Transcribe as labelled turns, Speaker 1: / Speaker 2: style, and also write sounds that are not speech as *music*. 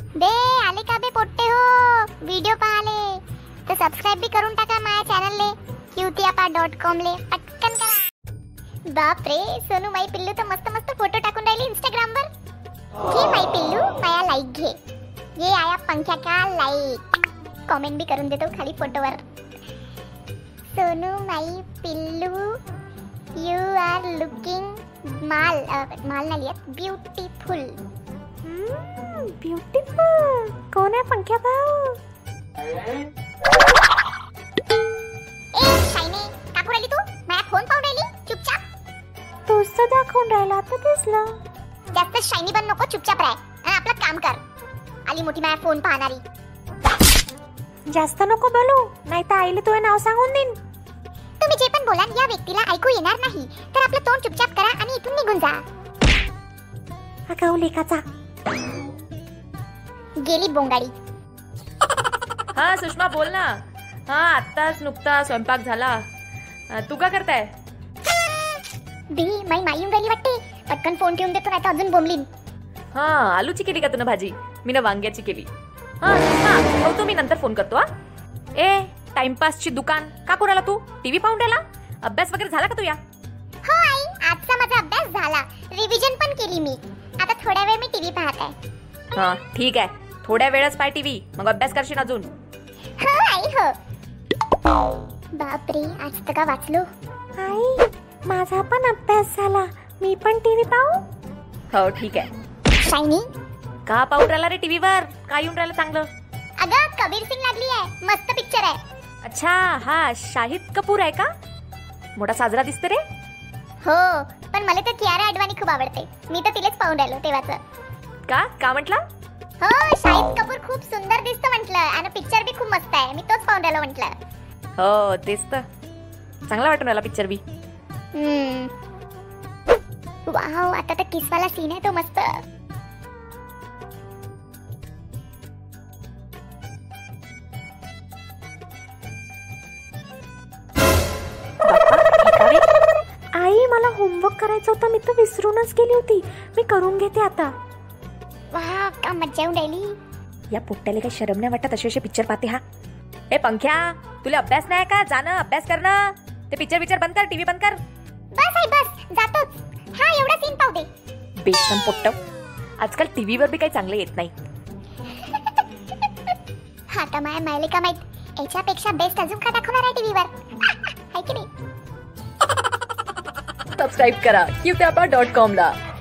Speaker 1: बे आले का बे पोट्टे हो व्हिडिओ पाहाले तर सबस्क्राईब बी करून टाका माझ्या चॅनलले क्यूतियापा डॉट कॉमले पटकन करा बापरे सोनू माई पिल्लू तर मस्त मस्त फोटो टाकून राहिली इंस्टाग्रामवर घे माई पिल्लू माया लाईक घे ये आया पंख्या का लाईक कॉमेंट बी करून देतो खाली फोटोवर सोनू माई पिल्लू यू आर लुकिंग माल अ, माल नाही लिहत ब्युटिफुल
Speaker 2: Mm,
Speaker 1: ब्युटिफुल कोण आहे पंख्या भाऊ ए शायने का फोन तू माझा फोन पाहून राहिली चुपचाप
Speaker 2: तूच तर दाखवून राहिला आता दिसला
Speaker 1: जास्त शायनी बन नको चुपचाप राह आणि आपलं काम कर आली मोठी माझा फोन पाहणारी
Speaker 2: जास्त नको बोलू नाही तर आईला तुझं नाव सांगून देईन
Speaker 1: तुम्ही जे पण बोलाल या व्यक्तीला ऐकू येणार नाही तर आपलं तोंड चुपचाप करा आणि इथून निघून जा
Speaker 2: अगाऊ लेखाचा
Speaker 1: गेली बोंगाडी
Speaker 3: हा सुषमा बोल ना हा आत्ताच नुकता स्वयंपाक झाला अ, तू का करताय
Speaker 1: बी माई माई येऊन राहिली वाटते पटकन फोन ठेवून देतो नाही तर अजून बोंबलीन
Speaker 3: हा आलूची केली का तुला भाजी मी ना वांग्याची केली हा सुषमा ठेवतो मी नंतर फोन करतो हा ए टाइमपासची दुकान का कोणाला तू टीव्ही पाहून राहिला अभ्यास वगैरे झाला का तुया
Speaker 1: हो आई आजचा माझा अभ्यास झाला रिव्हिजन पण केली मी आता थोड्या वेळ मी टीव्ही पाहत आहे
Speaker 3: हा ठीक आहे थोड्या वेळच पाय टीव्ही मग अभ्यास करशील अजून
Speaker 1: हो आई हो बापरे आज तर का वाचलो
Speaker 2: आई माझा पण अभ्यास झाला मी पण टीव्ही पाहू
Speaker 3: हो ठीक आहे
Speaker 1: शायनी
Speaker 3: का पाहून राहिला रे टीव्हीवर का येऊन राहिलं चांगलं
Speaker 1: अगं कबीर सिंग लागली आहे मस्त पिक्चर आहे
Speaker 3: अच्छा हा शाहिद कपूर आहे का मोठा साजरा दिसतो रे
Speaker 1: हो पण मला तर कियारा अडवाणी खूप आवडते मी तर तिलाच पाहून राहिलो तेव्हाच
Speaker 3: का का म्हटला
Speaker 1: हो शाहिद कपूर खूप सुंदर दिसतो म्हटलं आणि पिक्चर बी खूप मस्त आहे मी तोच पाहून राहिलो म्हटलं
Speaker 3: हो तेच तर चांगला वाटून राहिला पिक्चर बी
Speaker 1: हम्म वाव आता तर किसवाला सीन आहे तो मस्त
Speaker 2: आई मला होमवर्क करायचं होतं मी तर विसरूनच गेली होती मी करून घेते आता
Speaker 1: वा का मज्जा येऊन राहिली
Speaker 3: या पोट्ट्याला काही शरम नाही वाटत असे असे पिक्चर पाहते हा ए पंख्या तुला अभ्यास नाही का जाणं अभ्यास करणं ते पिक्चर पिक्चर बंद कर टीव्ही बंद कर
Speaker 1: बस आई बस जातोच हा एवढा सीन पाहू दे *laughs*
Speaker 3: बेशम पोट्ट आजकाल टीव्हीवर बी काही चांगलं येत नाही
Speaker 1: हा तर माया मायले का माहित याच्यापेक्षा बेस्ट अजून का दाखवणार आहे टीव्हीवर *laughs* हाय की नाही
Speaker 3: सबस्क्राईब करा क्यू डॉट कॉम ला